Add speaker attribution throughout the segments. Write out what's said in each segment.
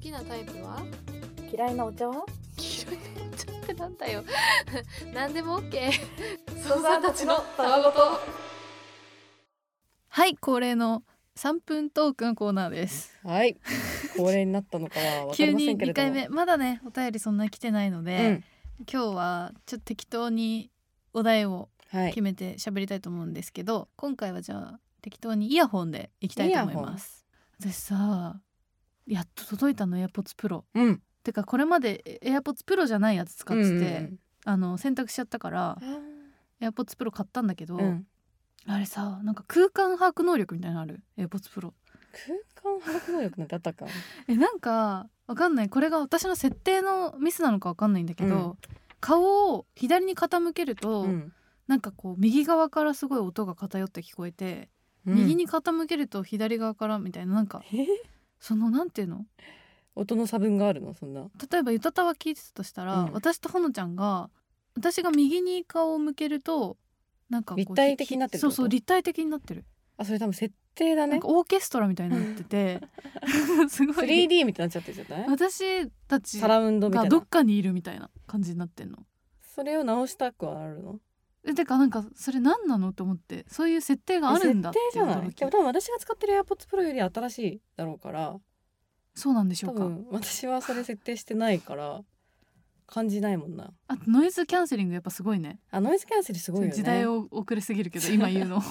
Speaker 1: きなタイプは
Speaker 2: 嫌いなお茶は
Speaker 1: 黄色いのちゃってなんだよ何でも OK はい恒例の3分トークのコーナーです
Speaker 3: はい恒例になったのか は分か
Speaker 1: 急
Speaker 3: りま
Speaker 1: に
Speaker 3: せんけれ
Speaker 1: 2
Speaker 3: ども
Speaker 1: 回目まだねお便りそんな来てないので、今日はちょっと適当にお題を
Speaker 3: うんはい
Speaker 1: 決めて喋りたいと思うんですけど、今回はじゃあ適当にイヤホンでいきたいと思います私さやっと届いたの AirPods Pro
Speaker 3: うん
Speaker 1: てかこれまで AirPods Pro じゃないやつ使ってて、
Speaker 3: うんうん
Speaker 1: あの選択しちゃったから
Speaker 3: うん
Speaker 1: AirPods Pro 買ったんだけど、
Speaker 3: うん
Speaker 1: あれさなんか空間把握能力みたいなのある AirPods Pro
Speaker 3: 空間把握能力なんてあったか
Speaker 1: えなんかわかんないこれが私の設定のミスなのかわかんないんだけど、顔を左に傾けると、
Speaker 3: うん
Speaker 1: なんかこう右側からすごい音が偏って聞こえて、右に傾けると左側からみたいななんか
Speaker 3: え
Speaker 1: そのなんていうの
Speaker 3: 音の差分があるのそんな
Speaker 1: 例えば「ゆたたは聞いてたとしたら、
Speaker 3: うん
Speaker 1: 私とほのちゃんが私が右に顔を向けるとなんかこう
Speaker 3: 立体的になってるって
Speaker 1: そ
Speaker 3: こ
Speaker 1: う
Speaker 3: と
Speaker 1: そう立体的になってる、
Speaker 3: あそれ多分設定だ
Speaker 1: なん
Speaker 3: ね
Speaker 1: かオーケストラみたいになって てすごい
Speaker 3: 3D みたいになっちゃってるじゃない
Speaker 1: 私たち
Speaker 3: サラウンドみた
Speaker 1: が
Speaker 3: い
Speaker 1: ど
Speaker 3: な
Speaker 1: っかにいるみたいな感じになってんの。
Speaker 3: それを直したくはあるの
Speaker 1: えてかなんかそれ何なのと思ってそういう設定があるんだって
Speaker 3: 設定
Speaker 1: い
Speaker 3: じ
Speaker 1: う
Speaker 3: ゃない
Speaker 1: 驚き
Speaker 3: でも多分私が使ってる AirPods Pro より新しいだろうから
Speaker 1: そうなんでしょ
Speaker 3: 多
Speaker 1: うか
Speaker 3: 分私はそれ設定してないから感じないもんな
Speaker 1: あとノイズキャンセリングやっぱすごいね
Speaker 3: あノイズキャンセルすごいよね
Speaker 1: 時代を遅れすぎるけど今言う の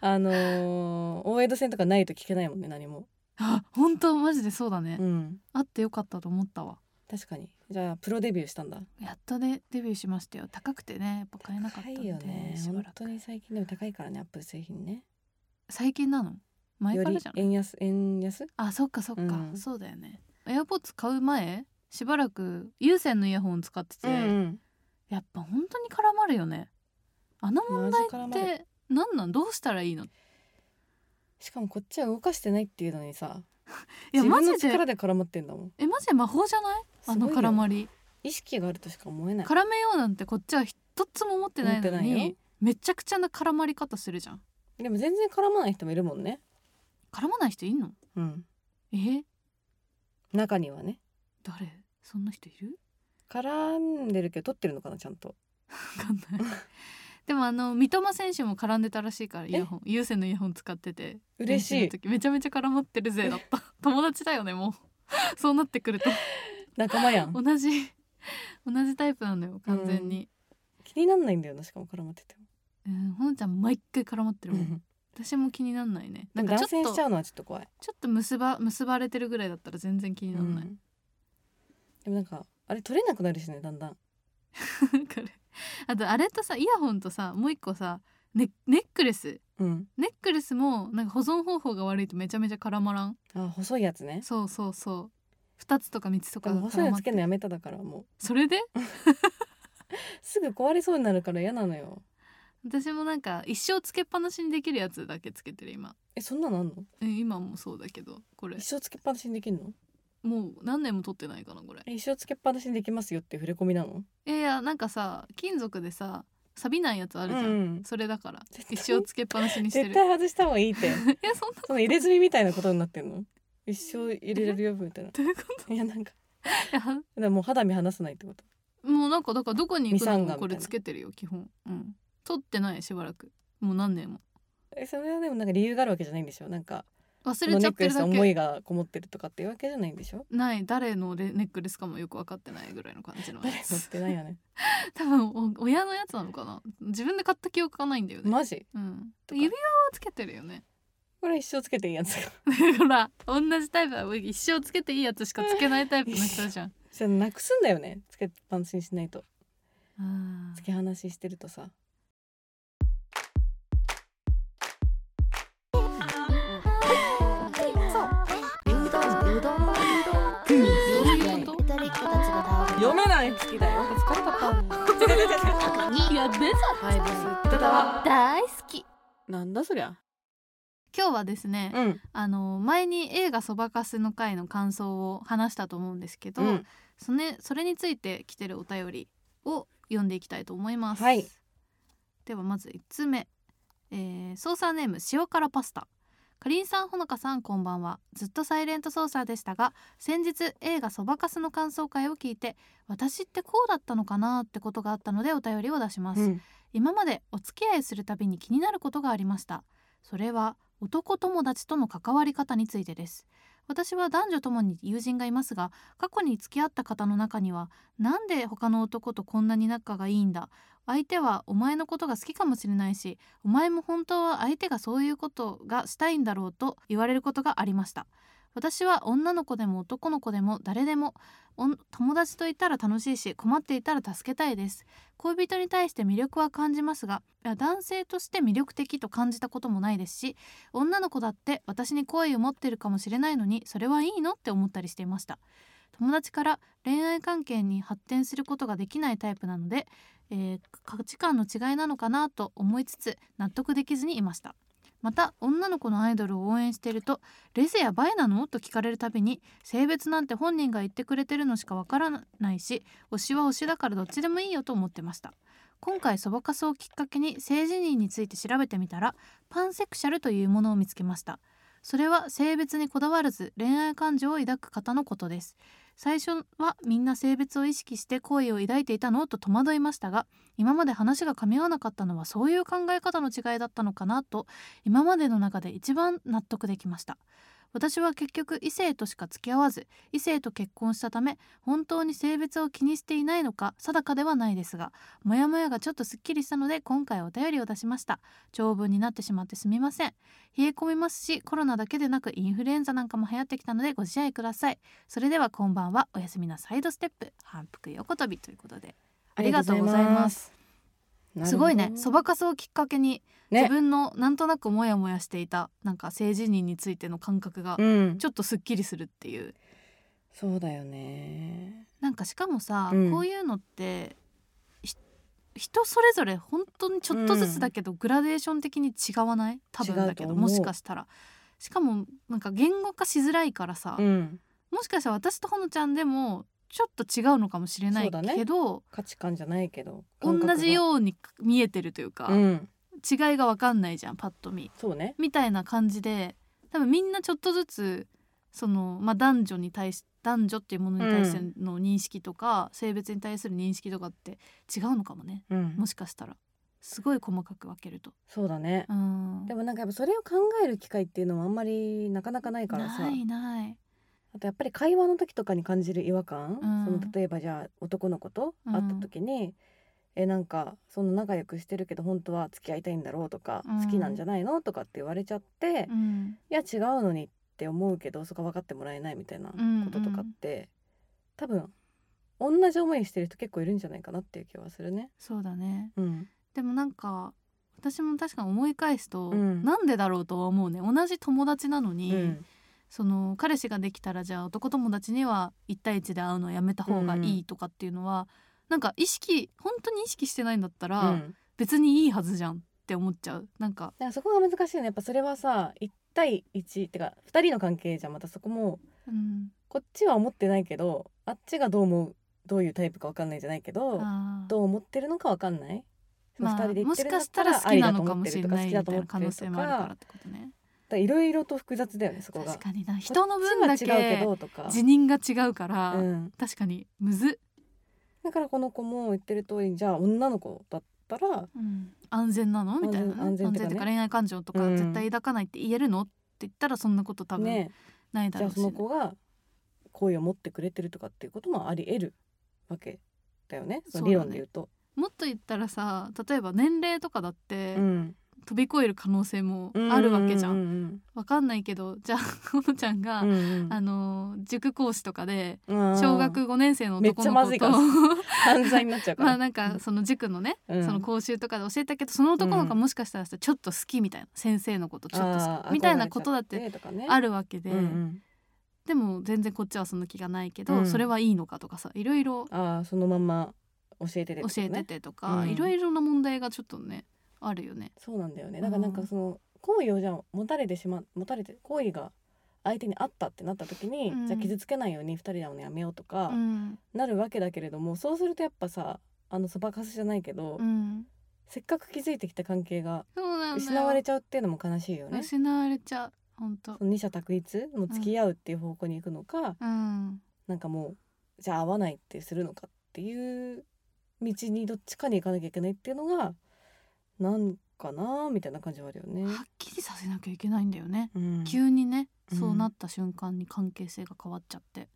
Speaker 3: あのー、大江戸線とかないと聞けないもんね何も
Speaker 1: あ本当マジでそうだね、
Speaker 3: うん
Speaker 1: あってよかったと思ったわ
Speaker 3: 確かにじゃあプロデビューしたんだ
Speaker 1: やっとでデビューしましたよ高くてねやっぱ買えなかったん
Speaker 3: 高
Speaker 1: で
Speaker 3: いよね
Speaker 1: しば
Speaker 3: 本
Speaker 1: らく
Speaker 3: 当に最近でも高いからねアップル製品ね
Speaker 1: 最近なの前
Speaker 3: よ
Speaker 1: から
Speaker 3: り
Speaker 1: じゃない
Speaker 3: 円安円安
Speaker 1: あそっかそっか、
Speaker 3: うん
Speaker 1: そうだよね AirPods 買う前しばらく有線のイヤホン使ってて、
Speaker 3: ん
Speaker 1: やっぱ本当に絡まるよねあの問題
Speaker 3: マ
Speaker 1: っ
Speaker 3: ジ絡ま
Speaker 1: て何なんどうしたらいいの
Speaker 3: しかもこっちは動かしてないっていうのにさ
Speaker 1: いや
Speaker 3: 自
Speaker 1: マ
Speaker 3: 分
Speaker 1: ジ
Speaker 3: の
Speaker 1: で
Speaker 3: 力で絡まってんだもん
Speaker 1: えマジで魔法じゃないあの
Speaker 3: すごいよ
Speaker 1: 絡まり
Speaker 3: 意識があるとしか思えない
Speaker 1: 絡めようなんてこっちは一つも思ってないの
Speaker 3: 思ってない
Speaker 1: に
Speaker 3: よ
Speaker 1: めちゃくちゃな絡まり方するじゃん
Speaker 3: でも全然絡まない人もいるもんね
Speaker 1: 絡まない人いんの
Speaker 3: うん
Speaker 1: え
Speaker 3: 中にはね
Speaker 1: 誰そんな人いる
Speaker 3: 絡んでるけど撮ってるのかなちゃんと
Speaker 1: わかんない でもあの三笘選手も絡んでたらしいからイヤホン有線のイヤホン使ってて
Speaker 3: 嬉しい
Speaker 1: 練習の時めちゃめちゃ絡まってるぜだった 友達だよねもう そうなってくる と
Speaker 3: 仲間やん
Speaker 1: 同じ同じタイプなんだよ完全に、
Speaker 3: 気になんないんだよなしかも絡まってても
Speaker 1: うん、ほのちゃん毎回絡まってるもん私も気になんないねな
Speaker 3: で
Speaker 1: ん
Speaker 3: も
Speaker 1: かち
Speaker 3: 断
Speaker 1: ょっ
Speaker 3: 線
Speaker 1: と
Speaker 3: しちゃうのはちょっと怖い
Speaker 1: ちょっと結ば結ばれてるぐらいだったら全然気にならない、
Speaker 3: うんでもなんかあれ取れなくなるしねだんだ ん
Speaker 1: これあとあれとさイヤホンとさもう一個さネネックレス
Speaker 3: うん
Speaker 1: ネックレスもなんか保存方法が悪いとめちゃめちゃ絡まらん
Speaker 3: あ細いやつね
Speaker 1: そうそうそう二つとか三つと
Speaker 3: で
Speaker 1: か
Speaker 3: も
Speaker 1: が
Speaker 3: 細い
Speaker 1: 絡
Speaker 3: の
Speaker 1: まっ
Speaker 3: つけるのやめただからも
Speaker 1: それで
Speaker 3: うすぐ壊れそうになるから嫌なのよ
Speaker 1: 私もなんか一生つけっぱなしにできるやつだけつけてる今
Speaker 3: えそんなのあんの
Speaker 1: え今もそうだけどこれ
Speaker 3: 一生つけっぱなしにできるの
Speaker 1: もう何年も撮ってないかなこれ
Speaker 3: え一生つけっぱなしにできますよっていう触れ込みなの
Speaker 1: いやいやなんかさ金属でさ錆びないやつあるじゃん、
Speaker 3: うん
Speaker 1: それだから
Speaker 3: 絶対
Speaker 1: 一生つけっぱなしにしてる
Speaker 3: 絶対外した方がいいって
Speaker 1: いやそんな
Speaker 3: その入れ墨みたいなことになってんの一生入れれるよ みたいな
Speaker 1: どういうこ
Speaker 3: いやなんか
Speaker 1: といや
Speaker 3: だからもう肌身離さないってこと
Speaker 1: もうなんかだからどこに行くの
Speaker 3: ミサンガみた
Speaker 1: もこ
Speaker 3: いな
Speaker 1: れつけてるよ基本うん取ってないしばらくもう何年も
Speaker 3: えそれはでもなんか理由があるわけじゃないんでしょなんか
Speaker 1: 忘
Speaker 3: こ
Speaker 1: れ
Speaker 3: の
Speaker 1: ち
Speaker 3: ネ
Speaker 1: ゃ
Speaker 3: ッ
Speaker 1: っ
Speaker 3: ク
Speaker 1: て
Speaker 3: レ
Speaker 1: る
Speaker 3: スの
Speaker 1: だ
Speaker 3: 思い
Speaker 1: け
Speaker 3: がこもってるとかっていうわけじゃないんでしょ
Speaker 1: ない誰のレネックレスかもよく分かってないぐらいの感じのや
Speaker 3: 誰も持っ
Speaker 1: つ
Speaker 3: てないよね
Speaker 1: 多分お親のやつなのかな自分で買った記憶がないんだよね、
Speaker 3: マジ
Speaker 1: うん、
Speaker 3: とか
Speaker 1: 指輪はつけてるよね
Speaker 3: これ一生つけていいやつか
Speaker 1: ほら同じタイプは一生つけていいやつしかつけないタイプの人じゃん
Speaker 3: じゃあなくすんだよねつけっぱなしにしないと
Speaker 1: あ
Speaker 3: つ
Speaker 1: ー
Speaker 3: け話してるとさ
Speaker 1: どういうこと
Speaker 3: 読めない好きだよ疲れ
Speaker 1: いやで
Speaker 4: 大好き
Speaker 3: なんだそりゃ
Speaker 1: 今日はですね、
Speaker 3: うん
Speaker 1: あの前に映画「そばかす」の回の感想を話したと思うんですけど、
Speaker 3: うん
Speaker 1: それそれについて来てるお便りを読んでいきたいと思います、
Speaker 3: はい
Speaker 1: ではまず1つ目、えー、操作ネーム塩辛パスタかりんさんほのかさんこんばんはずっとサイレントソーサーでしたが先日映画そばかすの感想会を聞いて私ってこうだったのかなってことがあったのでお便りを出します、
Speaker 3: うん
Speaker 1: 今までお付き合いするたびに気になることがありましたそれは男友達との関わり方についてです私は男女ともに友人がいますが過去に付き合った方の中にはなんで他の男とこんなに仲がいいんだ相手はお前のことが好きかもしれないしお前も本当は相手がそういうことがしたいんだろうと言われることがありました私は女の子でも男の子でも誰でもおん友達といたら楽しいし困っていたら助けたいです恋人に対して魅力は感じますがいや男性として魅力的と感じたこともないですし女の子だって私に好意を持ってるかもしれないのにそれはいいのって思ったりしていました友達から恋愛関係に発展することができないタイプなので、えー価値観の違いなのかなと思いつつ納得できずにいましたまた女の子のアイドルを応援していると「レズやバイなの?」と聞かれるたびに性別なんて本人が言ってくれてるのしかわからないし推しは推しだからどっちでもいいよと思ってました今回そばかすをきっかけに性自認について調べてみたらパンセクシャルというものを見つけましたそれは性別にこだわらず恋愛感情を抱く方のことです最初はみんな性別を意識して好意を抱いていたのと戸惑いましたが今まで話が噛み合わなかったのはそういう考え方の違いだったのかなと今までの中で一番納得できました私は結局異性としか付き合わず異性と結婚したため本当に性別を気にしていないのか定かではないですがモヤモヤがちょっとすっきりしたので今回お便りを出しました長文になってしまってすみません冷え込みますしコロナだけでなくインフルエンザなんかも流行ってきたのでご自愛くださいそれではこんばんはおやすみなサイドステップ反復横跳びということでありがとうございますすごいねそばかすをきっかけに
Speaker 3: ね
Speaker 1: 自分のなんとなくモヤモヤしていたなんか性自認についての感覚が
Speaker 3: うん
Speaker 1: ちょっとすっきりするっていう
Speaker 3: そうだよね
Speaker 1: なんかしかもさ、
Speaker 3: うん
Speaker 1: こういうのってひ人それぞれ本当にちょっとずつだけど、グラデーション的に違わない多分だけ
Speaker 3: 違うと
Speaker 1: ど
Speaker 3: 思う
Speaker 1: もしかしたらしかもなんか言語化しづらいからさ、
Speaker 3: うん
Speaker 1: もしかしたら私とほのちゃんでもちょっと違うのかもしれない
Speaker 3: そうだね
Speaker 1: けど、
Speaker 3: 価値観じゃないけど感覚が
Speaker 1: 同じように見えてるというか、
Speaker 3: うん
Speaker 1: 違いが分かんないじゃんパッと見。
Speaker 3: そうね
Speaker 1: みたいな感じで多分みんなちょっとずつその、まあ、男女に対し男女っていうものに対しての認識とか、性別に対する認識とかって違うのかもね
Speaker 3: うん
Speaker 1: もしかしたらすごい細かく分けると。
Speaker 3: そうだね
Speaker 1: うん
Speaker 3: でもなんかやっぱそれを考える機会っていうのもあんまりなかなかないからさ
Speaker 1: ないない。
Speaker 3: あとやっぱり会話の時とかに感じる違和感、
Speaker 1: うん
Speaker 3: その例えばじゃあ男の子と会った時に、えなんかその仲良くしてるけど本当は付き合いたいんだろうとか、
Speaker 1: うん
Speaker 3: 好きなんじゃないのとかって言われちゃって、
Speaker 1: う
Speaker 3: い
Speaker 1: ん
Speaker 3: や違うのにって思うけどそこは分かってもらえないみたいなこととかって、多分同じ思いしてる人結構いるんじゃないかなっていう気はするね。
Speaker 1: そうだね
Speaker 3: うん、
Speaker 1: でもなんか私も確かに思い返すと、
Speaker 3: うん
Speaker 1: なんでだろうとは思うね同じ友達なのに、
Speaker 3: うん
Speaker 1: その彼氏ができたらじゃあ男友達には1対1で会うのやめた方がいいとかっていうのは、なんか意識本当に意識してないんだった
Speaker 3: う
Speaker 1: ら、
Speaker 3: ん、
Speaker 1: 別にいいはずじゃんって思っちゃうなんか
Speaker 3: だからそこが難しいよねやっぱそれはさ1対1ってか2人の関係じゃんまたそこも
Speaker 1: うん
Speaker 3: こっちは思ってないけどあっちがどう思うどういうタイプかわかんないじゃないけど
Speaker 1: あー
Speaker 3: どう思ってるのかわかんない、
Speaker 1: まあ
Speaker 3: 二人で言
Speaker 1: も
Speaker 3: って
Speaker 1: し
Speaker 3: るんだ
Speaker 1: か
Speaker 3: っ
Speaker 1: した
Speaker 3: たら
Speaker 1: ら好きなのかもしれない
Speaker 3: 愛
Speaker 1: み
Speaker 3: だ
Speaker 1: たい
Speaker 3: と思っ
Speaker 1: な
Speaker 3: て
Speaker 1: 可
Speaker 3: る
Speaker 1: 能
Speaker 3: とか
Speaker 1: 性もあるからってことね
Speaker 3: いろいろと複雑だよねそこが
Speaker 1: 確かにな人の分
Speaker 3: こ
Speaker 1: だ
Speaker 3: っちは違うけ
Speaker 1: け
Speaker 3: どとか
Speaker 1: 辞任が違うから、
Speaker 3: うん、
Speaker 1: 確かにむず、
Speaker 3: だからこの子も言ってる通りじゃあ女の子だったら
Speaker 1: 安全なのみたいな、
Speaker 3: 安全安全ってかね
Speaker 1: とか恋愛感情とか
Speaker 3: うん
Speaker 1: 絶対抱かないって言えるのって言ったらそんなこと多分
Speaker 3: ね
Speaker 1: ないだ
Speaker 3: じ
Speaker 1: ろ
Speaker 3: ゃ
Speaker 1: う
Speaker 3: あ
Speaker 1: し、
Speaker 3: その子が好意を持ってくれてるとかっていうこともあり得るわけだよねその理論で言うと。
Speaker 1: もっと言ったらさ例えば年齢とかだって、
Speaker 3: うん
Speaker 1: 飛び越える可能性もあるわけじゃん。わ、
Speaker 3: うんうん
Speaker 1: かんないけどじゃあほのちゃんが、
Speaker 3: うんうん
Speaker 1: あの塾講師とかで
Speaker 3: うん
Speaker 1: 小学5年生の男の子
Speaker 3: めっちゃ
Speaker 1: と
Speaker 3: ま犯罪になっちゃうか
Speaker 1: ま
Speaker 3: ら
Speaker 1: あなんかその塾のね、
Speaker 3: うん
Speaker 1: その講習とかで教えたけどその男の子は
Speaker 3: うん
Speaker 1: もしかしたらさちょっと好きみたいな先生のことちょっと好
Speaker 3: あー
Speaker 1: きみたいなことだって
Speaker 3: 憧れちゃとかね
Speaker 1: あるわけで、
Speaker 3: うんうん
Speaker 1: でも全然こっちはその気がないけど、
Speaker 3: うん
Speaker 1: それはいいのかとかさいろいろ
Speaker 3: あーそのまま教えてて、ね、
Speaker 1: 教えててとか、
Speaker 3: うん
Speaker 1: いろいろな問題がちょっとねあるよね。
Speaker 3: そうなんだよね
Speaker 1: うん
Speaker 3: だからなんかその好意をじゃあ持たれてしま持たれて好意が相手にあったってなった時に、
Speaker 1: うん
Speaker 3: じゃあ傷つけないように二人なのやめようとか
Speaker 1: うん
Speaker 3: なるわけだけれども、そうするとやっぱさあのそばかすじゃないけど、
Speaker 1: うん、
Speaker 3: せっかく気づいてきた関係が
Speaker 1: そうなんだよ
Speaker 3: 失われちゃうっていうのも悲しいよね。
Speaker 1: 失われちゃう本当
Speaker 3: その二者択一の付き合うっていう方向に行くのか、
Speaker 1: うん
Speaker 3: なんかもうじゃあ合わないってするのかっていう道にどっちかに行かなきゃいけないっていうのがなんかなーみたいな感じはあるよね。
Speaker 1: はっきりさせなきゃいけないんだよね、
Speaker 3: うん
Speaker 1: 急にね
Speaker 3: うん
Speaker 1: そうなった瞬間に関係性が変わっちゃって、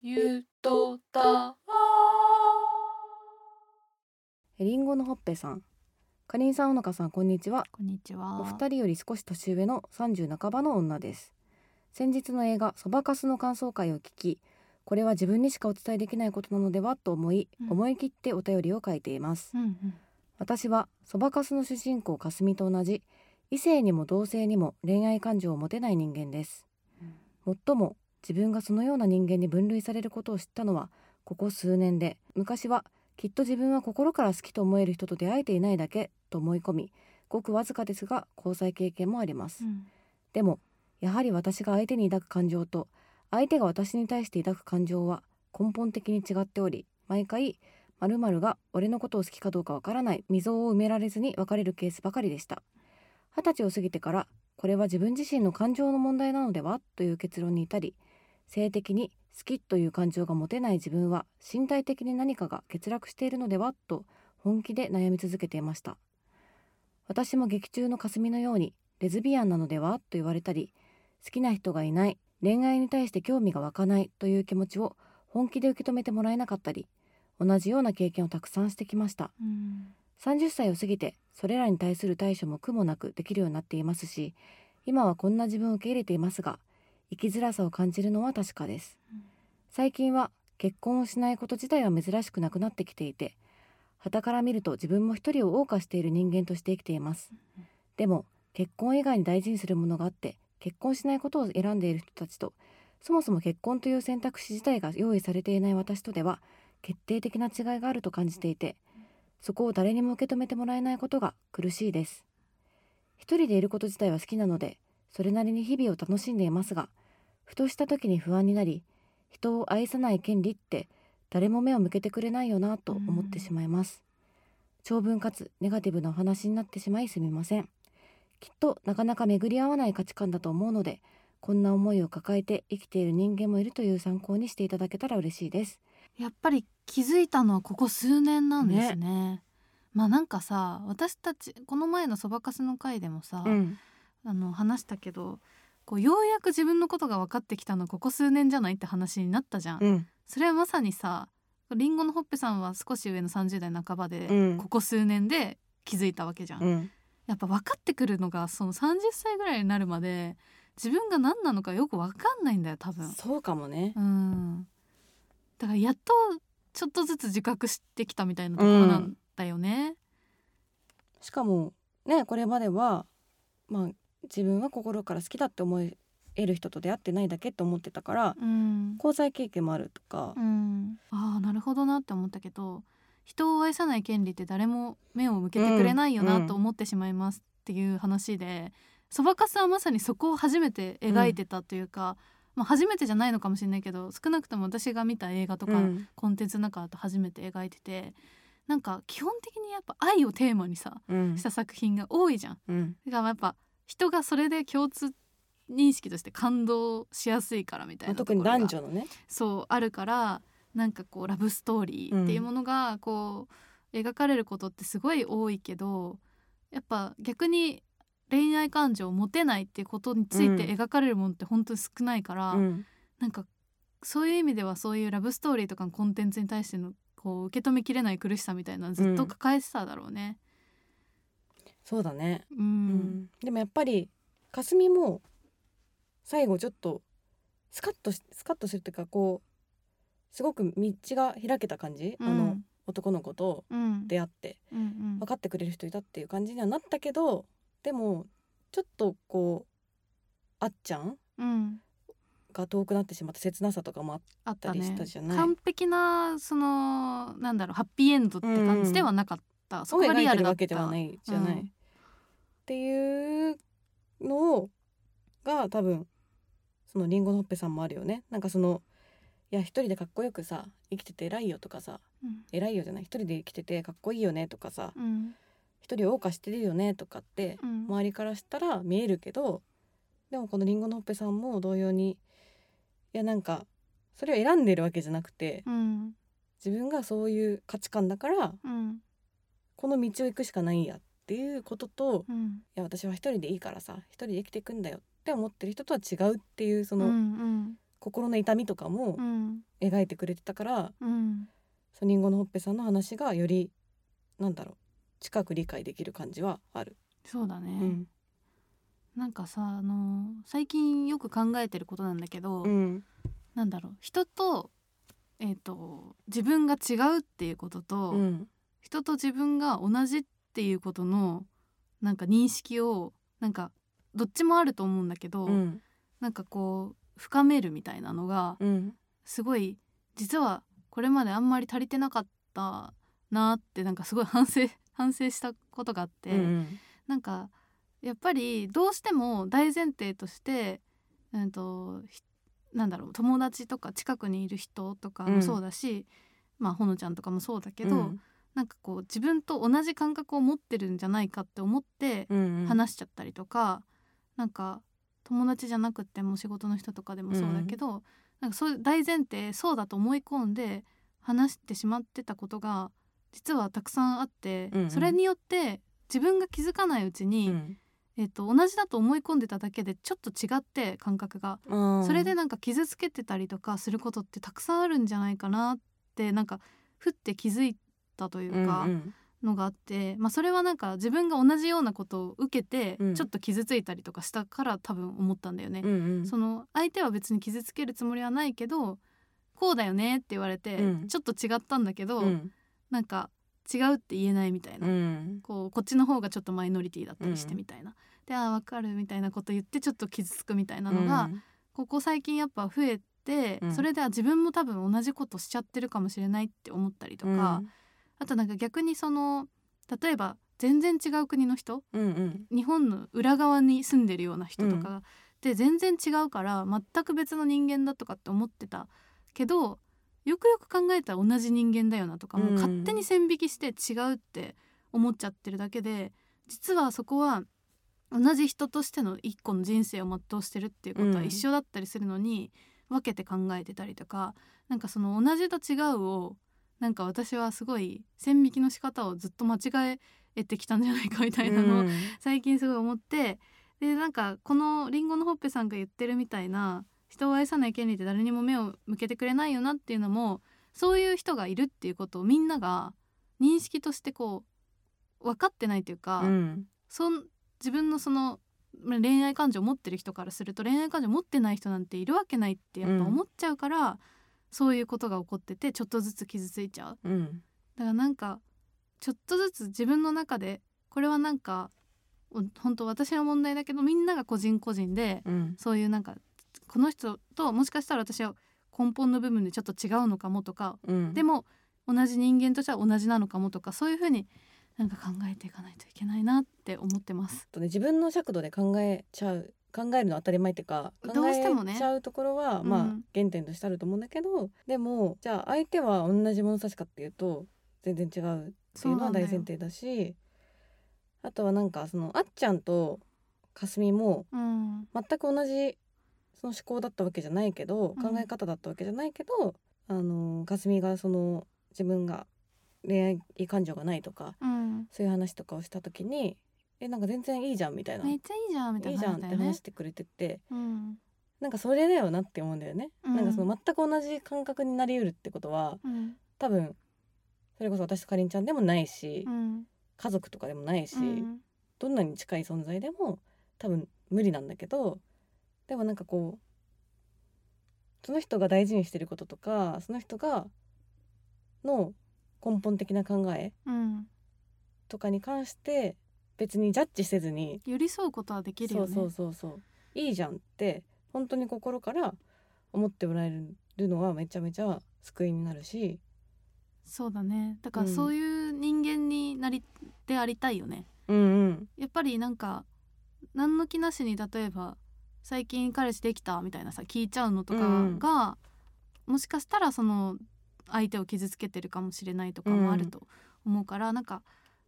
Speaker 4: ゆとたわ
Speaker 3: えリンゴのほっぺさん、かりんさんおのかさんこんにちは。
Speaker 1: こんにちは
Speaker 3: お二人より少し年上の30半ばの女です先日の映画「そばかす」の感想会を聞きこれは自分にしかお伝えできないことなのではと思い、
Speaker 1: うん
Speaker 3: 思い切ってお便りを書いています
Speaker 1: うんうん
Speaker 3: 私はそばかすの主人公かすみと同じ異性にも同性にも恋愛感情を持てない人間です、もっとも自分がそのような人間に分類されることを知ったのはここ数年で昔はきっと自分は心から好きと思える人と出会えていないだけと思い込みごくわずかですが交際経験もあります、
Speaker 1: うん
Speaker 3: でもやはり私が相手に抱く感情と相手が私に対して抱く感情は根本的に違っており毎回〇〇が俺のことを好きかどうかわからない溝を埋められずに別れるケースばかりでした二十歳を過ぎてからこれは自分自身の感情の問題なのではという結論に至り性的に好きという感情が持てない自分は身体的に何かが欠落しているのではと本気で悩み続けていました私も劇中のかすみのようにレズビアンなのではと言われたり好きな人がいない恋愛に対して興味が湧かないという気持ちを本気で受け止めてもらえなかったり同じような経験をたくさんしてきました
Speaker 1: うん
Speaker 3: 30歳を過ぎてそれらに対する対処も苦もなくできるようになっていますし今はこんな自分を受け入れていますが生きづらさを感じるのは確かです
Speaker 1: うん
Speaker 3: 最近は結婚をしないこと自体は珍しくなくなってきていて傍から見ると自分も一人を謳歌している人間として生きていますでも結婚以外に大事にするものがあって結婚しないことを選んでいる人たちとそもそも結婚という選択肢自体が用意されていない私とでは決定的な違いがあると感じていてそこを誰にも受け止めてもらえないことが苦しいです一人でいること自体は好きなのでそれなりに日々を楽しんでいますがふとした時に不安になり人を愛さない権利って誰も目を向けてくれないよなと思ってしまいます長文かつネガティブなお話になってしまいすみませんきっとなかなか巡り合わない価値観だと思うのでこんな思いを抱えて生きている人間もいるという参考にしていただけたら嬉しいです
Speaker 1: やっぱり気づいたのはここ数年なんですねまあなんかさ私たちこの前のそばかすの回でもさ、
Speaker 3: ん
Speaker 1: あの話したけどこうようやく自分のことが分かってきたのここ数年じゃないって話になったじゃん、
Speaker 3: うん
Speaker 1: それはまさにさりんごのほっぺさんは少し上の30代半ばで、
Speaker 3: うん
Speaker 1: ここ数年で気づいたわけじゃん、
Speaker 3: うん
Speaker 1: やっぱ分かってくるのがその30歳ぐらいになるまで自分が何なのかよく分かんないんだよ多分
Speaker 3: そうかもね
Speaker 1: うんだからやっとちょっとずつ自覚してきたみたいなところなんだよね、
Speaker 3: しかもねこれまではまあ自分は心から好きだって思える人と出会ってないだけって思ってたから
Speaker 1: うん
Speaker 3: 交際経験もあるとか
Speaker 1: うん、ああなるほどなって思ったけど人を愛さない権利って誰も目を向けてくれないよ
Speaker 3: う
Speaker 1: なんと思ってしまいますっていう話でそばかすはまさにそこを初めて描いてたというか、まあ、初めてじゃないのかもしれないけど少なくとも私が見た映画と
Speaker 3: と
Speaker 1: か、
Speaker 3: か
Speaker 1: コンテンツの中だと初めて描いててなんか基本的にやっぱ愛をテーマにさ
Speaker 3: うん
Speaker 1: した作品が多いじゃん。
Speaker 3: うん
Speaker 1: だからやっぱ人がそれで共通認識として感動しやすいからみたい
Speaker 3: まあ
Speaker 1: なとこ
Speaker 3: 特
Speaker 1: ろ
Speaker 3: に
Speaker 1: が
Speaker 3: 男女のね
Speaker 1: そうあるからなんかこうラブストーリーっていうものがこう、描かれることってすごい多いけどやっぱ逆に恋愛感情を持てないっていうことについて
Speaker 3: うん
Speaker 1: 描かれるものって本当に少ないから、
Speaker 3: うん
Speaker 1: なんかそういう意味ではそういうラブストーリーとかのコンテンツに対してのこう受け止めきれない苦しさみたいなのずっと抱えてただろうね。
Speaker 3: そうだね
Speaker 1: う、
Speaker 3: うんんでもやっぱりかすみも最後ちょっとスカッとしスカッとするというかこうすごく道が開けた感じ、あの男の子と
Speaker 1: うん、
Speaker 3: 出会って
Speaker 1: うんうん
Speaker 3: 分かってくれる人いたっていう感じにはなったけどでもちょっとこうあっちゃん
Speaker 1: うん
Speaker 3: が遠くなってしまった切なさとかもあっ
Speaker 1: あったた
Speaker 3: り
Speaker 1: ね
Speaker 3: したじゃない。
Speaker 1: 完璧なそのなんだろうハッピーエンドって感じではなかった、そこがリアルだ
Speaker 3: わ
Speaker 1: っ
Speaker 3: けで
Speaker 1: た
Speaker 3: はないじゃない。
Speaker 1: うん
Speaker 3: っていうのをが多分そのリンゴのほっぺさんもあるよね。なんかそのいや一人でかっこよくさ生きてて偉いよとかさ
Speaker 1: うん
Speaker 3: 偉いよじゃない一人で生きててかっこいいよねとかさ
Speaker 1: うん
Speaker 3: 一人を謳歌してるよねとかって
Speaker 1: うん
Speaker 3: 周りからしたら見えるけどでもこのりんごのほっぺさんも同様にいやなんかそれを選んでるわけじゃなくて
Speaker 1: うん
Speaker 3: 自分がそういう価値観だから
Speaker 1: うん
Speaker 3: この道を行くしかないんやっていうことと
Speaker 1: うんうん
Speaker 3: いや私は一人でいいからさ一人で生きていくんだよって思ってる人とは違うっていうそ
Speaker 1: うんう
Speaker 3: の
Speaker 1: ん
Speaker 3: 心の痛みとかも
Speaker 1: うん
Speaker 3: 描いてくれてたから
Speaker 1: うん
Speaker 3: そのりんごのほっぺさんの話がよりなんだろう近く理解できる感じはある。
Speaker 1: そうだね、
Speaker 3: うん
Speaker 1: なんかさあの最近よく考えてることなんだけど、
Speaker 3: うん
Speaker 1: なんだろう人と,、えー、と自分が違うっていうことと、
Speaker 3: うん
Speaker 1: 人と自分が同じっていうことのなんか認識をなんかどっちもあると思うんだけど、
Speaker 3: うん
Speaker 1: なんかこう深めるみたいなのが
Speaker 3: うん
Speaker 1: すごい実はこれまであんまり足りてなかったなってなんかすごい反省 反省したことがあって、
Speaker 3: うん
Speaker 1: なんかやっぱりどうしても大前提として、うん、とひなんだろう友達とか近くにいる人とかもそうだし、まあほのちゃんとかもそうだけど、なんかこう自分と同じ感覚を持ってるんじゃないかって思って
Speaker 3: うん
Speaker 1: 話しちゃったりとか、なんか友達じゃなくっても仕事の人とかでもそうだけど、なんかそういう大前提そうだと思い込んで話してしまってたことが実はたくさんあって、
Speaker 3: うんうん
Speaker 1: それによって自分が気づかないうちに、
Speaker 3: うん
Speaker 1: えっと同じだと思い込んでただけでちょっと違って感覚が、
Speaker 3: うん
Speaker 1: それでなんか傷つけてたりとかすることってたくさんあるんじゃないかなってなんかふって気づいたというか。
Speaker 3: うん
Speaker 1: のがあって、まあ、それはなんか自分が同じようなことを受けて
Speaker 3: うん
Speaker 1: ちょっと傷ついたりとかしたから多分思ったんだよね。
Speaker 3: うんうん
Speaker 1: その相手は別に傷つけるつもりはないけどこうだよねって言われて、
Speaker 3: うん
Speaker 1: ちょっと違ったんだけど、
Speaker 3: うん
Speaker 1: なんか違うって言えないみたいな、
Speaker 3: うん
Speaker 1: こうこっちの方がちょっとマイノリティだったりしてみたいな、でああわかるみたいなこと言ってちょっと傷つくみたいなのが、ここ最近やっぱ増えて、
Speaker 3: うん
Speaker 1: それでは自分も多分同じことしちゃってるかもしれないって思ったりとか、あとなんか逆にその例えば全然違う国の人
Speaker 3: うんうん
Speaker 1: 日本の裏側に住んでるような人とかが、で全然違うから全く別の人間だとかって思ってたけどよくよく考えたら同じ人間だよなとかも
Speaker 3: う
Speaker 1: う
Speaker 3: ん
Speaker 1: 勝手に線引きして違うって思っちゃってるだけで実はそこは同じ人としての一個の人生を全うしてるっていうこと
Speaker 3: う
Speaker 1: は
Speaker 3: ん
Speaker 1: 一緒だったりするのに分けて考えてたりとかなんかその同じと違うをなんか私はすごい線引きの仕方をずっと間違えてきたんじゃないかみたいなのを
Speaker 3: うん
Speaker 1: 最近すごい思ってでなんかこのりんごのほっぺさんが言ってるみたいな人を愛さない権利って誰にも目を向けてくれないよなっていうのもそういう人がいるっていうことをみんなが認識としてこう分かってないというか、
Speaker 3: うん
Speaker 1: そん自分のそのまあ恋愛感情を持ってる人からすると恋愛感情を持ってない人なんているわけないってやっぱ思っちゃうから、そういうことが起こっててちょっとずつ傷ついちゃう。
Speaker 3: うん
Speaker 1: だからなんかちょっとずつ自分の中でこれはなんかお本当私の問題だけどみんなが個人個人で
Speaker 3: うん
Speaker 1: そういうなんかこの人ともしかしたら私は根本の部分でちょっと違うのかもとか
Speaker 3: うん
Speaker 1: でも同じ人間としては同じなのかもとかそういうふうになんか考えていかないといけないなって思ってます。
Speaker 3: とね自分の尺度で考えちゃう考えるのは当たり前っていうか考
Speaker 1: どうしてもね
Speaker 3: えちゃうところは、
Speaker 1: うん
Speaker 3: まあ原点としてあると思うんだけどでもじゃあ相手は同じ物差しかっていうと全然違うっていうのは大前提だしあとはなんかそのあっちゃんとかすみも
Speaker 1: うん
Speaker 3: 全く同じその思考だったわけじゃないけど
Speaker 1: うん
Speaker 3: 考え方だったわけじゃないけど、あのかすみがその自分が恋愛感情がないとか
Speaker 1: うん
Speaker 3: そういう話とかをした時に「えなんか全然いいじゃん」みたいな「
Speaker 1: め
Speaker 3: い
Speaker 1: っ
Speaker 3: い
Speaker 1: ちゃいいじゃんみたい
Speaker 3: じ
Speaker 1: な
Speaker 3: ゃん」
Speaker 1: 話
Speaker 3: って
Speaker 1: だよね
Speaker 3: 話し。てくれてて
Speaker 1: うん
Speaker 3: なんかそれだよなって思うんだよね。
Speaker 1: うん
Speaker 3: なんかその全く同じ感覚になりうるってことは
Speaker 1: うん
Speaker 3: 多分それこそ私とかりんちゃんでもないし、
Speaker 1: うん
Speaker 3: 家族とかでもないし、
Speaker 1: うん
Speaker 3: どんなに近い存在でも多分無理なんだけどでもなんかこうその人が大事にしてることとかその人がの根本的な考え
Speaker 1: うん
Speaker 3: とかに関して別にジャッジせずに、
Speaker 1: 寄り添うことはできる
Speaker 3: そ
Speaker 1: よ
Speaker 3: う
Speaker 1: ね。
Speaker 3: そうそうそういいじゃんって本当に心から思ってもらえるのはめちゃめちゃ救いになるし
Speaker 1: そうだねだから
Speaker 3: うん
Speaker 1: そういう人間になりでありたいよね
Speaker 3: うんうん
Speaker 1: やっぱりなんか何の気なしに例えば「最近彼氏できた?」みたいなさ聞いちゃうのとか
Speaker 3: うん
Speaker 1: が、もしかしたらその相手を傷つけてるかもしれないとかもあると思うから、なんか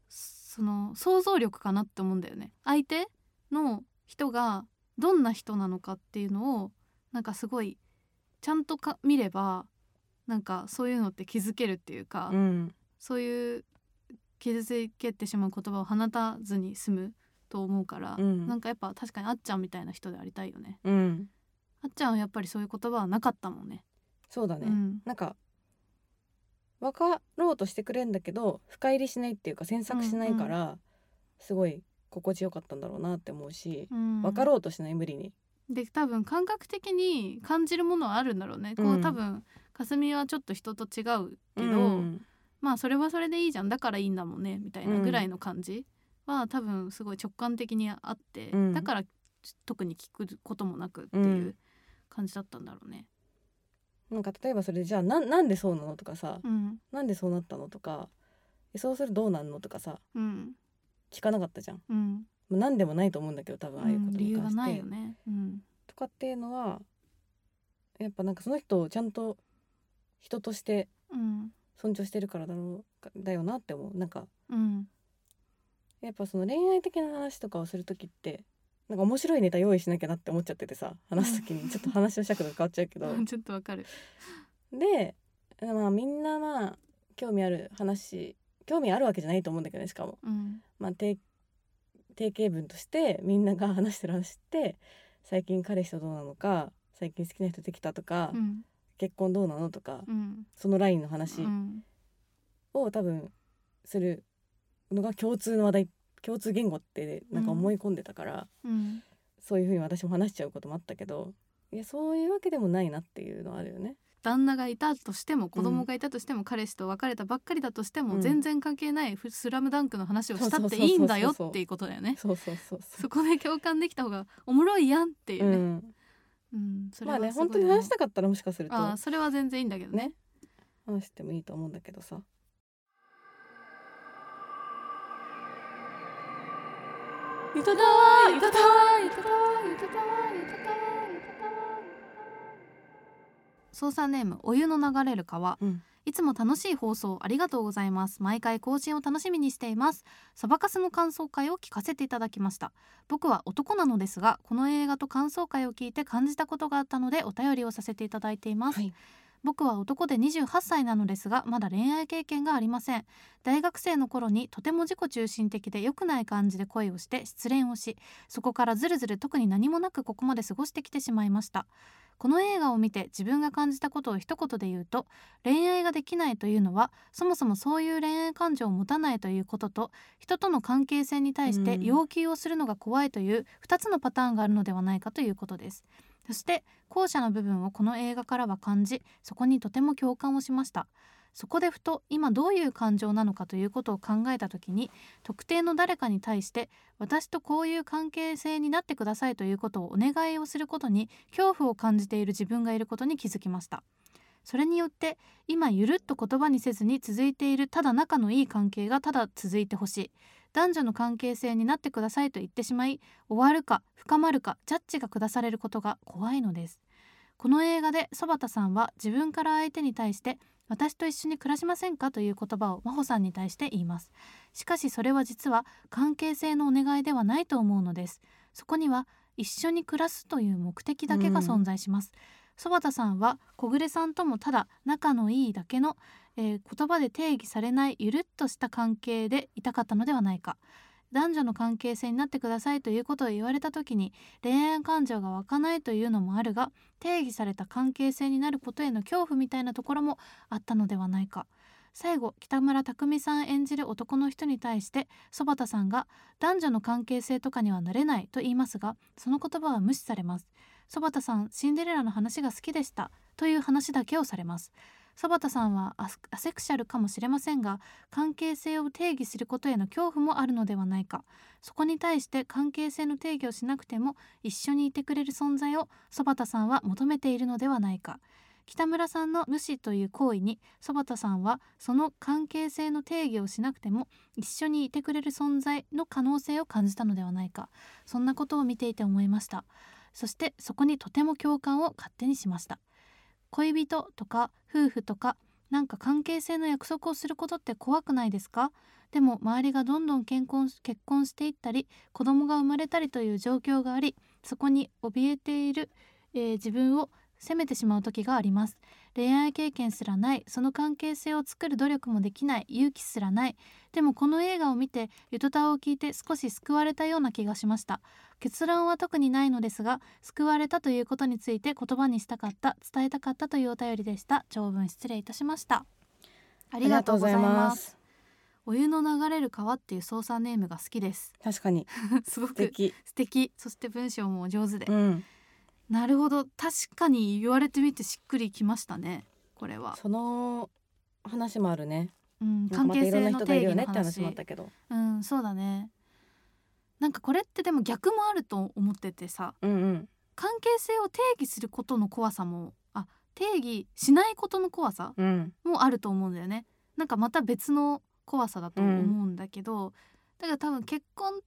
Speaker 1: その想像力かなって思うんだよね。相手の人がどんな人なのかっていうのをなんかすごいちゃんとか見ればなんかそういうのって気づけるっていうか、
Speaker 3: うん
Speaker 1: そういう傷つけてしまう言葉を放たずに済むと思うから、
Speaker 3: うん
Speaker 1: なんかやっぱ確かにあっちゃんみたいな人でありたいよね
Speaker 3: うん
Speaker 1: あっちゃんはやっぱりそういう言葉はなかったもんね
Speaker 3: そうだね、
Speaker 1: うん
Speaker 3: なんか分かろうとしてくれるんだけど深入りしないっていうか詮索しないから、すごい心地よかったんだろうなって思うし、
Speaker 1: うん
Speaker 3: 分かろうとしない無理に
Speaker 1: で多分感覚的に感じるものはあるんだろうね、こ
Speaker 3: う
Speaker 1: うん多分かすみはちょっと人と違うけ
Speaker 3: け
Speaker 1: ど、
Speaker 3: ど、
Speaker 1: まあそれはそれでいいじゃんだからいいんだもんねみたいなぐらいの感じは多分すごい直感的にあって、
Speaker 3: うん
Speaker 1: だから特に聞くこともなくって
Speaker 3: う
Speaker 1: いうん感じだったんだろうね。
Speaker 3: なんか例えばそれじゃあなんなんでそうなのとかさ、
Speaker 1: うん、
Speaker 3: なんでそうなったのとかえそうするとどうなんのとかさ
Speaker 1: うん、
Speaker 3: 聞かなかったじゃん
Speaker 1: うん、
Speaker 3: もう何でもないと思うんだけど多分ああいううこ
Speaker 1: ん
Speaker 3: と
Speaker 1: 理
Speaker 3: に
Speaker 1: 由
Speaker 3: 関
Speaker 1: は
Speaker 3: し
Speaker 1: な
Speaker 3: て、
Speaker 1: いよね。うん、
Speaker 3: とかっていうのはやっぱなんかその人をちゃんと人として
Speaker 1: うん、
Speaker 3: 尊重してるからだろうかだよなって思うなんか
Speaker 1: うん、
Speaker 3: やっぱその恋愛的な話とかをする時ってなんか面白いネタ用意しなきゃなって思っちゃっててさ話す時にちょっと話の尺度が変わっちゃうけど
Speaker 1: ちょっとわかる。
Speaker 3: で、まあ、みんなまあ興味ある話興味あるわけじゃないと思うんだけどねしかも、
Speaker 1: うん、
Speaker 3: まあ、定定型文としてみんなが話してる話って最近彼氏とどうなのか最近好きな人できたとか、
Speaker 1: うん、
Speaker 3: 結婚どうなのとか、
Speaker 1: うん、
Speaker 3: そのラインの話
Speaker 1: うん、
Speaker 3: を多分するのが共通の話題共通言語ってなんか思い込んでたから、
Speaker 1: うん、
Speaker 3: そういうふうに私も話しちゃうこともあったけどいやそういうわけでもないなっていうのはあるよね。
Speaker 1: 旦那がいたとしても子供がいたとしても、彼氏と別れたばっかりだとしても、
Speaker 3: うん
Speaker 1: 全然関係ない「スラムダンクの話をしたっていいんだよっていうことだよね。
Speaker 3: そうそうそうそ。
Speaker 1: そこで共感できた方がおもろいやんっていうう
Speaker 3: う
Speaker 1: ね。うん
Speaker 3: ん、
Speaker 1: それ
Speaker 3: ま
Speaker 1: は
Speaker 3: あね
Speaker 1: すごい
Speaker 3: 本当に話したかったらもしかすると
Speaker 1: ああそれは全然いいんだけどね。
Speaker 3: ね話してもいいと思うんだけどさ。
Speaker 4: ゆとたわゆとたわゆとたわゆとたわゆとたわゆとたわ
Speaker 1: 操作ネームお湯の流れる川
Speaker 3: うん、
Speaker 1: いつも楽しい放送ありがとうございます毎回更新を楽しみにしていますサバカスの感想会を聞かせていただきました僕は男なのですがこの映画と感想会を聞いて感じたことがあったのでお便りをさせていただいています、
Speaker 3: はい
Speaker 1: 僕は男で28歳なのですがまだ恋愛経験がありません大学生の頃にとても自己中心的で良くない感じで恋をして失恋をしそこからずるずる特に何もなくここまで過ごしてきてしまいましたこの映画を見て自分が感じたことを一言で言うと恋愛ができないというのはそもそもそういう恋愛感情を持たないということと人との関係性に対して
Speaker 3: うん
Speaker 1: 要求をするのが怖いという2つのパターンがあるのではないかということですそして後者の部分をこの映画からは感じそこにとても共感をしましたそこでふと今どういう感情なのかということを考えた時に特定の誰かに対して私とこういう関係性になってくださいということをお願いをすることに恐怖を感じている自分がいることに気づきましたそれによって今ゆるっと言葉にせずに続いているただ仲のいい関係がただ続いてほしい男女の関係性になってくださいと言ってしまい終わるか深まるかジャッジが下されることが怖いのですこの映画でそばたさんは自分から相手に対して私と一緒に暮らしませんかという言葉を真帆さんに対して言いますしかしそれは実は関係性のお願いではないと思うのですそこには一緒に暮らすという目的だけが存在しますそばたさんは小暮さんともただ仲のいいだけの、えー言葉で定義されないゆるっとした関係でいたかったのではないか男女の関係性になってくださいということを言われた時に恋愛感情が湧かないというのもあるが定義された関係性になることへの恐怖みたいなところもあったのではないか最後北村匠海さん演じる男の人に対してそばたさんが男女の関係性とかにはなれないと言いますがその言葉は無視されますそばたさんシンデレラの話が好きでしたという話だけをされますそばたさんはアスアセクシャルかもしれませんが関係性を定義することへの恐怖もあるのではないかそこに対して関係性の定義をしなくても一緒にいてくれる存在をそばたさんは求めているのではないか北村さんの無視という行為にそばたさんはその関係性の定義をしなくても一緒にいてくれる存在の可能性を感じたのではないかそんなことを見ていて思いましたそしてそこにとても共感を勝手にしました恋人とか夫婦とかなんか関係性の約束をすることって怖くないですかでも周りがどんどん健婚結婚していったり子供が生まれたりという状況がありそこに怯えている、えー自分を責めてしまう時があります恋愛経験すらないその関係性を作る努力もできない勇気すらないでもこの映画を見てゆとたわを聞いて少し救われたような気がしました結論は特にないのですが救われたということについて言葉にしたかった伝えたかったというお便りでした長文失礼いたしましたありがとうございますお湯の流れる川っていう操作ネームが好きです
Speaker 3: 確かに
Speaker 1: すご
Speaker 3: 素
Speaker 1: く
Speaker 3: 敵
Speaker 1: 素敵そして文章もお上手で、
Speaker 3: うん
Speaker 1: なるほど確かに言われてみてしっくりきましたねこれは、
Speaker 3: その話もあるね
Speaker 1: うん、
Speaker 3: なん
Speaker 1: 関
Speaker 3: かまた
Speaker 1: 係
Speaker 3: いろ
Speaker 1: 性
Speaker 3: んな
Speaker 1: の
Speaker 3: 人がい
Speaker 1: 定
Speaker 3: るよ
Speaker 1: 義
Speaker 3: ね
Speaker 1: の
Speaker 3: って話
Speaker 1: 話
Speaker 3: もあったけど
Speaker 1: うんそうだねなんかこれってでも逆もあると思っててさ
Speaker 3: うんうん
Speaker 1: 関係性を定義することの怖さもあ定義しないことの怖さ
Speaker 3: うん
Speaker 1: もあると思うんだよねなんかまた別の怖さだと思うんだけど、だから多分結婚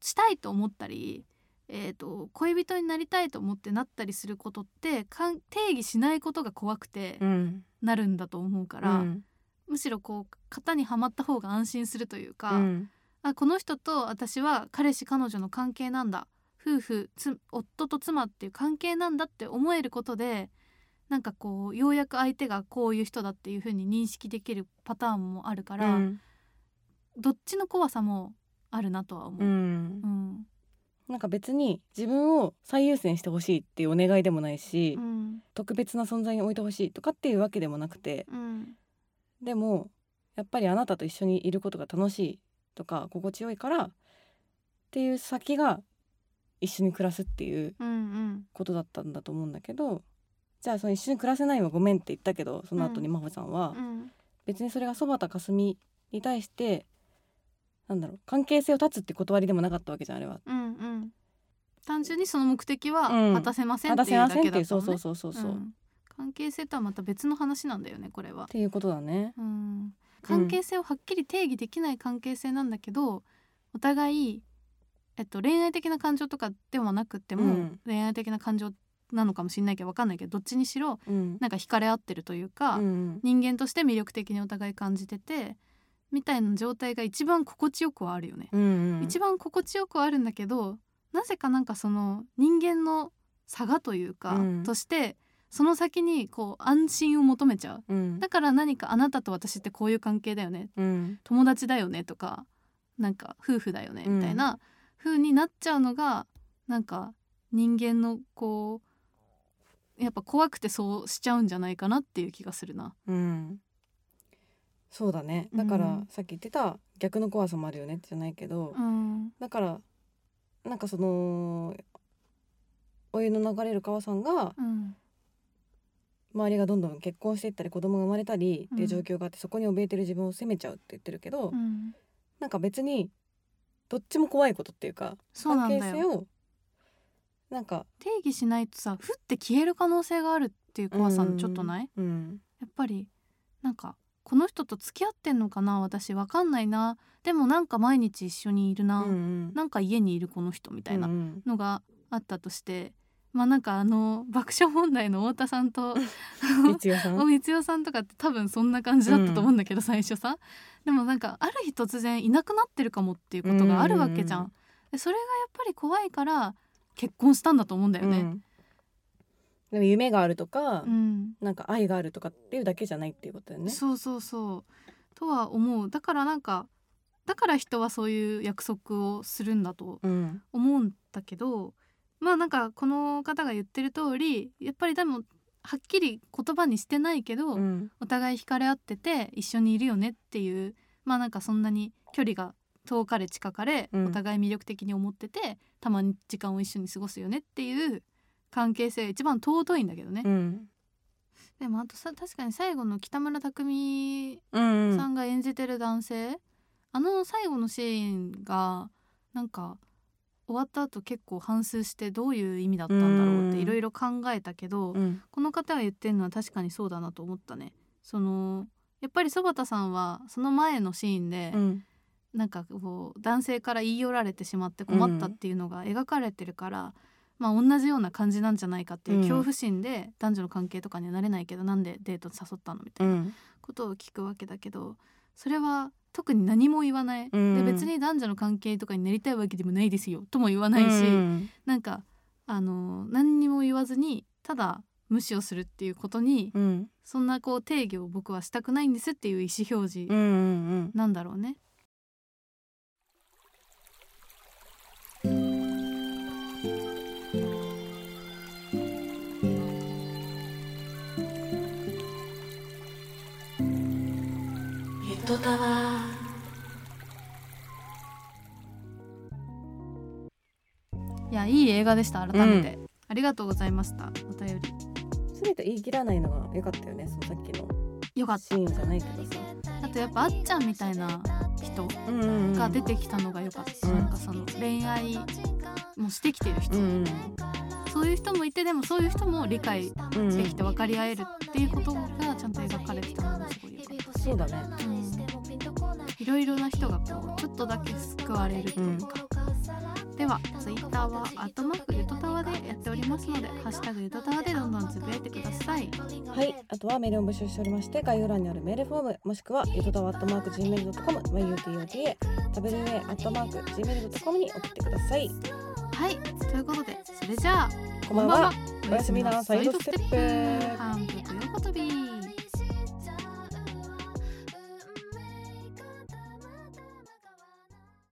Speaker 1: したいと思ったりえー、と恋人になりたいと思ってなったりすることってかん定義しないことが怖くて
Speaker 3: うん
Speaker 1: なるんだと思うか
Speaker 3: う
Speaker 1: ら、
Speaker 3: ん
Speaker 1: むしろこう型にはまった方が安心するというか、
Speaker 3: うん
Speaker 1: あこの人と私は彼氏彼女の関係なんだ夫婦つ夫と妻っていう関係なんだって思えることでなんかこうようやく相手がこういう人だっていう風に認識できるパターンもあるから、どっちの怖さもあるなとは思
Speaker 3: う
Speaker 1: う。
Speaker 3: ん
Speaker 1: うん
Speaker 3: なんか別に自分を最優先してほしいっていうお願いでもないし、
Speaker 1: うん
Speaker 3: 特別な存在に置いてほしいとかっていうわけでもなくて
Speaker 1: うん
Speaker 3: でもやっぱりあなたと一緒にいることが楽しいとか心地よいからっていう先が一緒に暮らすっていう
Speaker 1: うんうん
Speaker 3: ことだったんだと思うんだけどじゃあその一緒に暮らせないはごめんって言ったけどその後に
Speaker 1: うん
Speaker 3: 真帆さんは
Speaker 1: うん
Speaker 3: 別にそれがそば田かすみに対してなんだろう関係性を断つって断りでもなかったわけじゃんあれは。
Speaker 1: うんうん単純にその目的は
Speaker 3: うん
Speaker 1: 果たせません
Speaker 3: 果
Speaker 1: って
Speaker 3: た
Speaker 1: いうだ
Speaker 3: せません
Speaker 1: け
Speaker 3: っ
Speaker 1: だ
Speaker 3: てい
Speaker 1: っ
Speaker 3: う
Speaker 1: た
Speaker 3: そ
Speaker 1: の
Speaker 3: うそう
Speaker 1: ね。
Speaker 3: そうそうそう、
Speaker 1: う
Speaker 3: っ
Speaker 1: ん関係性とはまた別の話なんだよねこれは。
Speaker 3: ていうことだね。
Speaker 1: うん関係性をはっきり定義できない関係性なんだけど、お互い、えっと、恋愛的な感情とかでもなくっても、
Speaker 3: うん
Speaker 1: 恋愛的な感情なのかもしれないけどわかんないけどどっちにしろ
Speaker 3: うん
Speaker 1: なんか惹かれ合ってるというか、
Speaker 3: うん
Speaker 1: 人間として魅力的にお互い感じててみたいな状態が一番心地よくはあるよね。
Speaker 3: うん
Speaker 1: 一番心地よくはあるんだけどなぜかなんかその人間の差がというか、
Speaker 3: うん
Speaker 1: としてその先にこう安心を求めちゃう
Speaker 3: うん
Speaker 1: だから何かあなたと私ってこういう関係だよね
Speaker 3: うん
Speaker 1: 友達だよねとかなんか夫婦だよねみたいな風になっちゃうのがなんか人間のこうやっぱ怖くてそうしちゃうんじゃないかなっていう気がするな。
Speaker 3: うんそうだね
Speaker 1: うん
Speaker 3: だからさっき言ってた逆の怖さもあるよねじゃないけど、
Speaker 1: うん
Speaker 3: だからなんかそのお湯の流れる川さんが
Speaker 1: うん
Speaker 3: 周りがどんどん結婚していったり子供が生まれたりっていう
Speaker 1: う
Speaker 3: 状
Speaker 1: ん
Speaker 3: 況があって、そこに怯えてる自分を責めちゃうって言ってるけど、
Speaker 1: うん
Speaker 3: なんか別にどっちも怖いことっていうか
Speaker 1: そうなん
Speaker 3: 関
Speaker 1: だ
Speaker 3: 係性
Speaker 1: よ
Speaker 3: をなんか
Speaker 1: 定義しないとさふって消える可能性があるっていう怖さ
Speaker 3: うん
Speaker 1: ちょっとない、
Speaker 3: うん
Speaker 1: やっぱりなんかこの人と付き合ってんのかな私わかんないなでもなんか毎日一緒にいるな、
Speaker 3: うん
Speaker 1: なんか家にいるこの人みたいな
Speaker 3: うん
Speaker 1: のがあったとして、まあなんかあの爆笑問題の太田さんと
Speaker 3: うん、一応さん
Speaker 1: 大光代さんとかって多分そんな感じだったと思うんだけど、最初さでもなんかある日突然いなくなってるかもっていうことがあるわけじゃん、
Speaker 3: うんうん
Speaker 1: でそれがやっぱり怖いから結婚したんだと思うんだよ
Speaker 3: う
Speaker 1: ね、
Speaker 3: んでも夢があるとか、
Speaker 1: うん
Speaker 3: なんか愛があるとかっていうだけじゃないっていうことだよね。
Speaker 1: そうそうそうとは思うだからなんかだから人はそういう約束をするんだと
Speaker 3: うん
Speaker 1: 思うんだけどまあなんかこの方が言ってる通りやっぱりでもはっきり言葉にしてないけど、
Speaker 3: うん
Speaker 1: お互い惹かれ合ってて一緒にいるよねっていうまあなんかそんなに距離が遠かれ近かれ、
Speaker 3: うん
Speaker 1: お互い魅力的に思っててたまに時間を一緒に過ごすよねっていう関係性が一番尊いんだけどね、
Speaker 3: うん
Speaker 1: でもあとさ確かに最後の北村匠
Speaker 3: うん
Speaker 1: さんが演じてる男性、あの最後のシーンがなんか終わった後結構反芻してどういう意味だったんだろうって
Speaker 3: うん
Speaker 1: いろいろ考えたけど、
Speaker 3: うん
Speaker 1: この方が言ってるのは確かにそうだなと思ったね。そのやっぱりそばたさんはその前のシーンで、
Speaker 3: うん
Speaker 1: なんかこう男性から言い寄られてしまって困ったっていうのが描かれてるから、まあ同じような感じなんじゃないかっていう
Speaker 3: うん
Speaker 1: 恐怖心で男女の関係とかにはなれないけどなんでデート誘ったのみた
Speaker 3: う
Speaker 1: いなんことを聞くわけだけどそれは特に何も言わない、
Speaker 3: うん
Speaker 1: で別に男女の関係とかになりたいわけでもないですよとも言わないし、
Speaker 3: うん
Speaker 1: なんかあの何にも言わずにただ無視をするっていうことに
Speaker 3: うん
Speaker 1: そんなこう定義を僕はしたくないんですっていう意思表示
Speaker 3: うんうん
Speaker 1: なんだろうね。
Speaker 4: ゆとたわ
Speaker 1: いやいい映画でした改めて、ありがとうございましたお便り
Speaker 3: すべて言い切らないのが良かったよねそのさっきの
Speaker 1: よかっ
Speaker 3: シーンじゃないけどさ
Speaker 1: たあとやっぱあっちゃんみたいな人
Speaker 3: うんうんうん
Speaker 1: が出てきたのがよかった、
Speaker 3: うん
Speaker 1: なんかその恋愛もしてきてる人、
Speaker 3: うんうん
Speaker 1: そういう人もいてでもそういう人も理解
Speaker 3: うんうん
Speaker 1: できて分かり合えるっていうことがちゃんと描かれてたのがすごいよかっ
Speaker 3: そうだね
Speaker 1: た、いろいろな人がこうちょっとだけ救われるというか、ではツイッターはアットマークゆとたわでやっておりますのでハッシュタグゆとたわでどんどんつぶやいてください
Speaker 3: はい、あとはメールを募集しておりまして、概要欄にあるメールフォーム、もしくは、ゆとたわ .gmail.com、yutoda、wa.gmail.com に送ってください。
Speaker 1: はいということでそれじゃあ
Speaker 3: こんばんは。お
Speaker 1: お
Speaker 3: やすみなさい
Speaker 1: サイ
Speaker 3: ド
Speaker 1: ド
Speaker 3: ス
Speaker 1: ステ
Speaker 3: テッ
Speaker 1: ッ
Speaker 3: プ
Speaker 1: プ韓国よ